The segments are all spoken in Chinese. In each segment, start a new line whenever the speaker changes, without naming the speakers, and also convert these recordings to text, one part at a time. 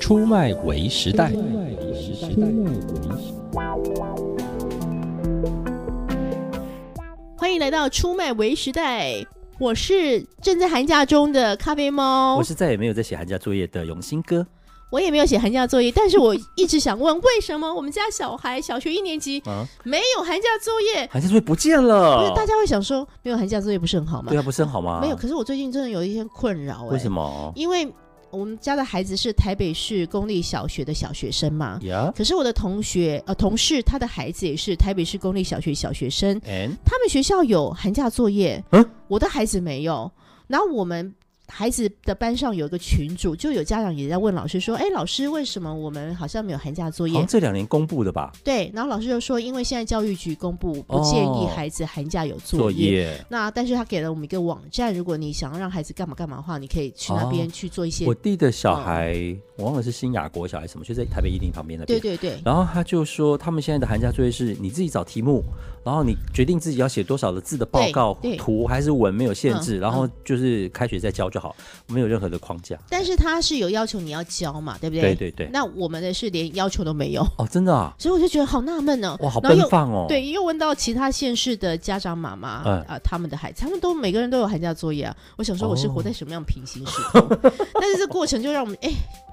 出卖为时代。
欢迎来到出卖为时代，我是正在寒假中的咖啡猫
我，是再也没有在写寒假作业的永兴哥
我也没有写寒假作业，但是我一直想问，为什么我们家小孩小学一年级
啊，
没有寒假作业？
寒假作业不见
不是
了。
大家会想说，没有寒假作业不是很好吗
对？啊，不是很好吗？
没有，可是我最近真的有一些困扰、哎
为什？么？
因为我们家的孩子是台北市公立小学的小学生嘛。
呀
可是我的同学呃同事他的孩子也是台北市公立小学小学生，
，and
他们学校有寒假作业，
嗯
我的孩子没有。然后我们孩子的班上有一个群主，就有家长也在问老师说：“哎，老师，为什么我们好像没有寒假作
好
业
像这两年公布的吧？？”
对，然后老师就说：“因为现在教育局公布不建议
哦
孩子寒假有
作
作业。
业，
那但是他给了我们一个网站，如果你想要让孩子干嘛干嘛的话，你可以去那边
哦
去做一些。
我弟的小孩，我忘了是新雅国小还是什么，就在台北一零旁边那
嗯对
边。
对对，
然后他就说，他们现在的寒假作业是你自己找题目，然后你决定自己要写多少的字的报告
对对
图还是文没有限制，
嗯
然后就是开学再交就好，没有任何的框架。
但是他是有要求你要教嘛，对不
对
对？
对对，
那我们的是连要求都没有，
哦，真的啊，
所以我就觉得好纳闷呢、
哇，好
然后
奔
又
放哦。
对，又问到其他县市的家长妈妈啊、
嗯
他们的孩子，他们都每个人都有寒假作业啊。我想说我是活
哦
在什么样的平行时空？ 但是这过程就让我们哎、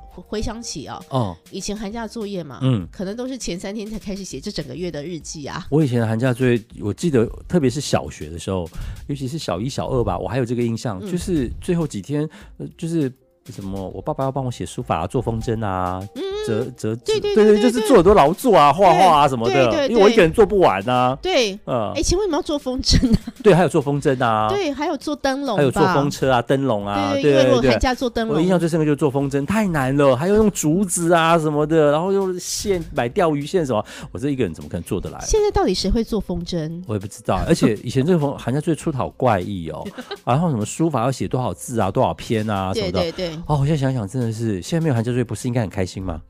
回回想起啊，
哦，
以前寒假作业嘛，
嗯，
可能都是前三天才开始写这整个月的日记啊。
我以前的寒假作业，我记得特别是小学的时候，尤其是小一、小二吧，我还有这个印象，
嗯
就是最后几天，呃就是什么，我爸爸要帮我写书法、啊、做风筝啊，折折
嗯对
纸，
对对
对
对
就
对
是做很多劳作啊、画画啊什么
对对
的，
对
因为我一个人做不完啊。
对，
呃
哎、，请问你们要做风筝啊？
对，还有做风筝啊，
对，还有做灯笼吧，
还有做风车啊、灯笼啊，
对
对
对，因为
对
如果
对。
寒假做灯
我印
笼
象，最深刻就是做风筝，太难了，还要用竹子啊什么的，然后用线买钓鱼线什么，我这一个人怎么可能做得来？
现在到底谁会做风筝？
我也不知道， 而且以前这个寒假作业出的好怪异 哦，然后什么书法要写多少字啊、多少篇啊什
对
么的。
对对，
哦，我现在想想，真的是现在没有寒假作业，不是应该很开心吗？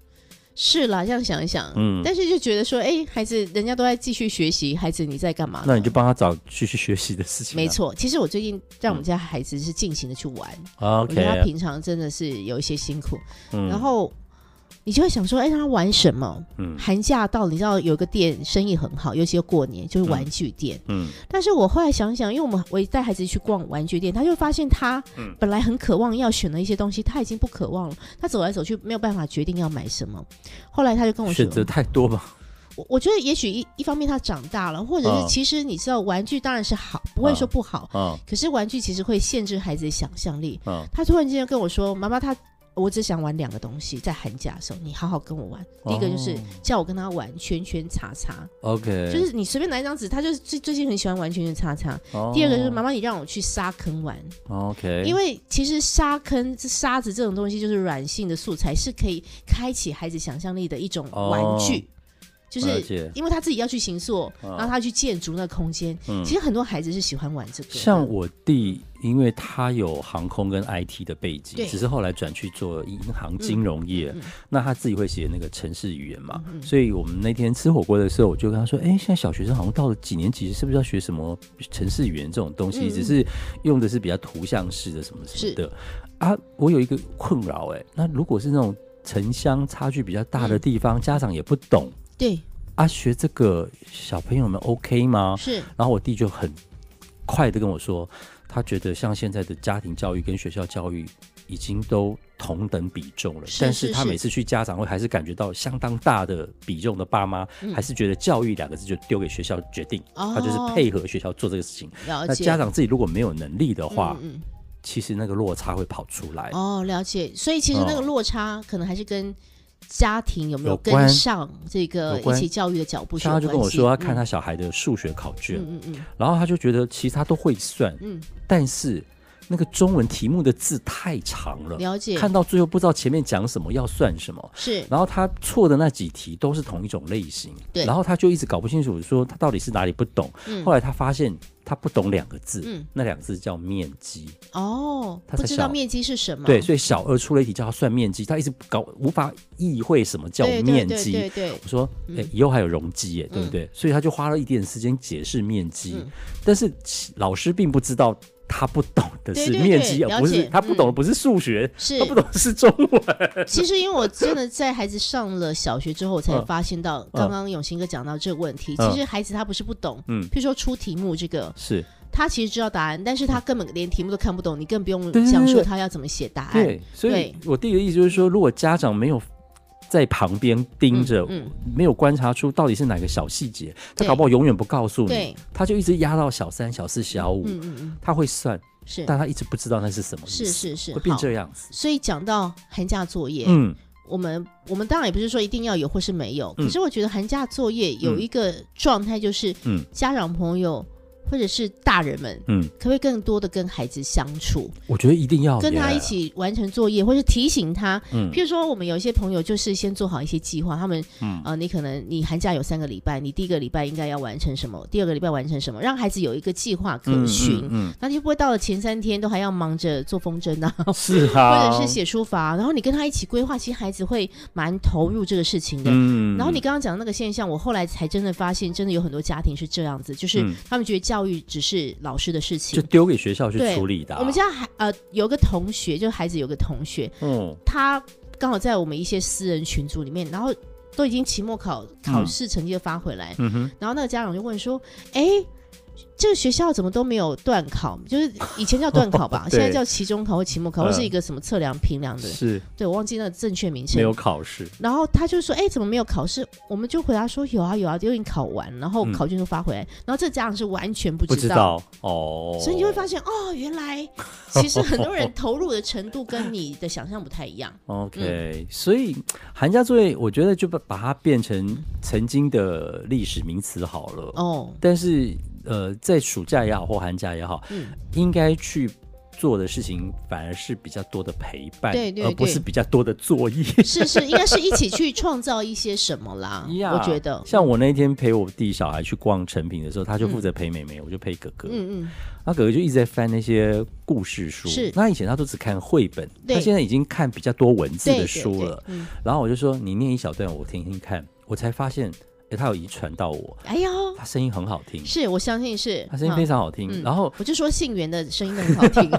是啦，这样想一想，
嗯
但是就觉得说，哎、孩子，人家都在继续学习，孩子你在干嘛呢？
那你就帮他找继续学习的事情、啊。
没错，其实我最近让我们家孩子是尽情的去玩，我觉得他
嗯，OK，
平常真的是有一些辛苦，
嗯
然后你就会想说，哎，让他玩什么？
嗯
寒假到了，你知道有一个店生意很好，尤其是过年，就是玩具店。
嗯，
但是我后来想想，因为我们我也带孩子去逛玩具店，他就发现他
嗯
本来很渴望要选的一些东西，他已经不渴望了，他走来走去没有办法决定要买什么。后来他就跟我说
选，择太多嘛，
我我觉得也许一一方面他长大了，或者是
嗯
其实你知道，玩具当然是好，不会说不好，
嗯
可是玩具其实会限制孩子的想象力。
嗯，
他突然之间跟我说：“妈妈，他我只想玩两个东西，在寒假的时候，你好好跟我玩。第一个就是
哦
叫我跟他玩圈圈叉叉，
，OK，
就是你随便拿一张纸，他就是最最近很喜欢玩圈圈叉叉。第二个就是妈妈，你让我去沙坑玩，
哦，OK，
因为其实沙坑、这沙子这种东西就是软性的素材，是可以开启孩子想象力的一种玩具，就
哦了
是。”
解。哦
因为他自己要去行塑，然后他去建筑那空间。
嗯
其实很多孩子是喜欢玩这个的，
像我弟，因为他有航空跟 IT 的背景
对，
只是后来转去做银行金融业，
嗯嗯
那他自己会写那个城市语言嘛，
嗯嗯
所以我们那天吃火锅的时候，我就跟他说，哎、现在小学生好像到了几年级，是不是要学什么城市语言这种东西？
嗯嗯
只是用的是比较图像式的什么什么的啊。我有一个困扰，哎，那如果是那种城乡差距比较大
嗯
的地方，家长也不懂
对
啊，学这个小朋友们 OK 吗？
是
然后我弟就很快的跟我说，他觉得像现在的家庭教育跟学校教育已经都同等比重了，
是
但
是
是他
是
每次去家长会还是感觉到相当大的比重的爸妈，还是觉得教育两个字就丢给学校决定，
哦
他就是配合学校做这个事情。
了
那
解。
家长自己如果没有能力的话，
嗯
其实那个落差会跑出来。
嗯哦，了解。所以其实那个
哦
落差可能还是跟家庭有没有
有关
跟上这个
有
一
关
起教育的脚步是有
像他
关
就
系。
跟我说，他
嗯
看他小孩的数学考卷，
嗯嗯嗯
然后他就觉得其实他都会算，
嗯
但是那个中文题目的字太长了
嗯，，了解。
看到最后不知道前面讲什么，要算什么。
是
然后他错的那几题都是同一种类型，
对
然后他就一直搞不清楚，说他到底是哪里不懂。
嗯
后来他发现他不懂两个字，
嗯
那两个字叫面积。
哦，
他
不
才
知道
小
面积是什么。
对，所以小二出了一题叫他算面积，他一直搞无法意会什么叫
对对
面
对
积。
对嗯对
我说，哎、以后还有容积耶，对不对？所以他就花了一点时间解释面积，
嗯
但是老师并不知道他不懂的
对
是
对
面
对
积，而
了
不是
解嗯
他不懂的不是数学，
是
他不懂的是中文。
其实，因为我真的在孩子上了小学之后，我才发现到刚刚永兴哥讲到这个问题。
嗯
其实孩子他不是不懂，
嗯
譬如说出题目这个，
是
他其实知道答案，但是他根本连题目都看不懂，你更不用
嗯对对对
讲说
对
他要怎么写答案。
对，所以
对
我第一个意思就是说，如果家长没有在旁边盯着，
嗯，
没有观察出到底是哪个小细节，他
对
搞不好永远不告诉你，
对，
他就一直压到小三、小四、小五，
嗯嗯嗯，
他会算，
是
但他一直不知道那是什么意思，
是是是，
会变
好。
这样子。
所以讲到寒假作业，
嗯，
我们我们当然也不是说一定要有或是没有，
嗯
可是我觉得寒假作业有一个状态就是，
嗯
家长朋友或者是大人们，
嗯
可不可以更多的跟孩子相处，
我觉得一定要
跟他
耶
一，起完成作业，或是提醒他？
哦嗯
譬如说，我们有一些朋友就是先做好一些计划，他们，
嗯
呃，你可能你寒假有三个礼拜，你第一个礼拜应该要完成什么，第二个礼拜完成什么，让孩子有一个计划可
嗯
循。
嗯
那就不会到了前三天都还要忙着做风筝啊，
嗯是啊，
或者是写书法、然后你跟他一起规划，其实孩子会蛮投入这个事情的。
嗯
然后你刚刚讲的那个现象，我后来才真的发现，真的有很多家庭是这样子，就是
嗯
他们觉得教育只是老师的事
就
情。
丢给学校去
对
处理的啊、
我们家孩呃有个同学，就孩子有个同学，
嗯
他刚好在我们一些私人群组里面，然后都已经期末考考试成绩都发回来，
嗯哼，
然后那个家长就问说：“哎，这个学校怎么都没有段考？就是以前叫段考吧，
对
现在叫期中考或期末考，
嗯
或是一个什么测量评量的，
是
对我忘记那个正确名
没
称
有。”考试，
然后他就说：“哎，怎么没有考试？”我们就回答说：“有啊，有啊，因为你考完，然后
嗯
考卷就发回来。然后这家长是完全不
不
知道，
道哦，
所以你就会发现哦，原来其实很多人投入的程度跟你的想象不太一样。嗯
OK，、所以寒假作业，我觉得就把把它变成曾经的历史名词好了。
哦，
但是，呃，在暑假也好或寒假也好，
嗯，
应该去做的事情反而是比较多的陪伴，
对对
而不
对
是比较多的作业。。
是是，应该是一起去创造一些什么啦
呀
我觉得，
啊像我那天陪我弟小孩去逛成品的时候，他就负责陪妹妹，我就陪哥哥。
嗯嗯，
那哥哥就一直在翻那些故事书，
是
那以前他都只看绘本，
对
他现在已经看比较多文字
对
的
对
书了。
对嗯
然后我就说你念一小段我听听看，我才发现，诶，他有遗传到我，
哎呦，
他声音很好听，
是我相信是
他声音
嗯
非常好听。
嗯
然后，
我就说信源的声音都很好 听，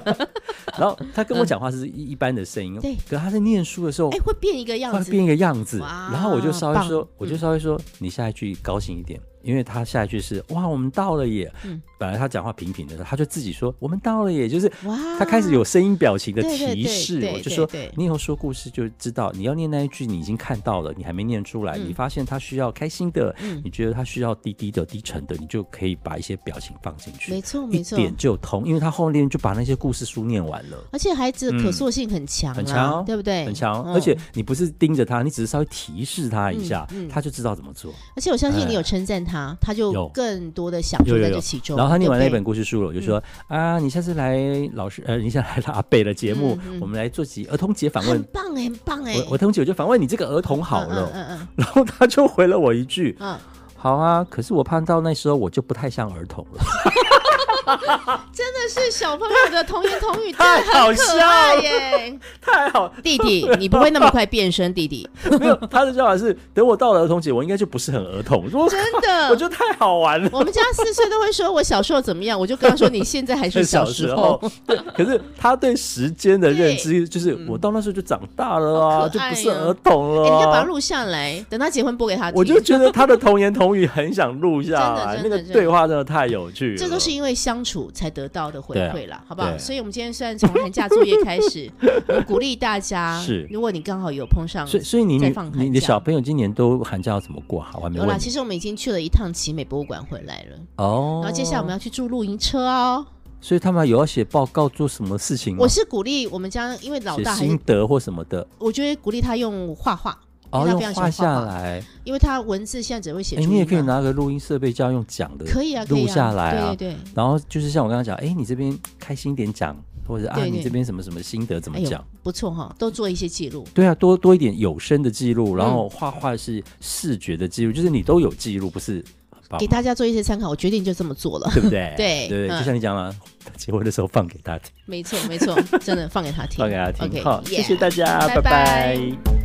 然后他跟我讲话是一一般的声音，
嗯对
可他在念书的时候
哎，。会变一个
会
样子，
变一个样子，
哇
然后我就稍微
棒嗯
说，我就稍微说，你下一句高兴一点，因为他下一句是哇，我们到了耶。
嗯
本来他讲话平平的，他就自己说我们到了耶，就是
哇，
他开始有声音表情的
对对
提
对
示，
对
我就
对
说
对
你以后说故事就知道，你要念那一句你已经看到了，你还没念出来，
嗯
你发现他需要开心的，
嗯
你觉得他需要低低的、低沉的，你就可以把一些表情放进
没
去，
错
一
没错，
点就通，因为他后面就把那些故事书念完了。
而且孩子的可塑性很强、啊
嗯很强哦
对不对？
很强，
嗯
而且你不是盯着他，你只是稍微提示他一下，
嗯嗯
他就知道怎么做。
而且我相信
哎
你有称赞他，他就
有
更多的享
有
受
有
在
有
这其中。嗯
然后他念完那
对不
本
对
故事书了，我就说啊，你下次来老师，呃，你下次来阿北的节目
嗯嗯，
我们来做集儿童节访问
很。棒哎，很棒哎，
我我同学我就反问你这个儿童好了，
嗯嗯
然后他就回了我一句
嗯嗯，：“
好啊，可是我怕到那时候我就不太像儿童了。
嗯真的是小朋友的童言童 语，真的
太好
很可
笑
爱
了
耶。”
太好，
弟弟，你不会那么快变身，弟弟，
没有他的想法是，等我到了儿童节，我应该就不是很儿童。如果
真
我
的。
觉得太好玩了。
我们家四岁都会说我小时候怎么样，我就跟他说你现在还是
小
时
时候，对，可是他对时间的认知就是
嗯
我到那时候就长大了啊，
好可
就
爱
不是
哦
儿童
哎，
了
你要把它
啊。
录下来，等他结婚播给他听。
我就觉得他的童言童语很想录下来，那
真的真的
个
真的
对话真的太有趣了。
这都是因为相处才得到的回馈啦，好不
对
好？
啊
所以，我们今天虽然从寒假作业开始， 我们鼓励大家，
是
如果你刚好有碰上，
所以所以你
在
女
放寒
你的
假
小朋友今年都寒假要怎么过啊？我还没
有啦，
问
其
你
实我们已经去了一趟奇美博物馆回来了，
哦。
然后接下来我们要去住露营车哦。
所以他们有要写报告做什么事情吗？
我是鼓励我们家，因为老
写
大还
心
是
得或什么的，
我觉得鼓励他用画画，因
哦，
为他
用
非常喜
画
欢画
下
画，
来。
因为他文字现在只会写
哎，
注
你也
音
可以
嘛，
拿个录音设备，这样用讲的
可以啊，可以
录
啊
下来啊。
对对对。
然后就是像我刚刚讲，哎，你这边开心一点讲，或者啊，
对对
你这边什么什么心得怎么
哎
讲
呦？，不错哈、都做一些记录。
对啊，多多一点有声的记录，然后画画是视觉的记录，就是你都有记录，不是很棒
给
吗？
大家做一些参考，我决定就这么做 了。？
对不对
对
对对，
嗯
就像你讲了， 结婚的时候放给他听，
没错，没错，真的放给他 听，
放给他听。
OK，
好，谢谢
yeah
大家，
拜拜
拜拜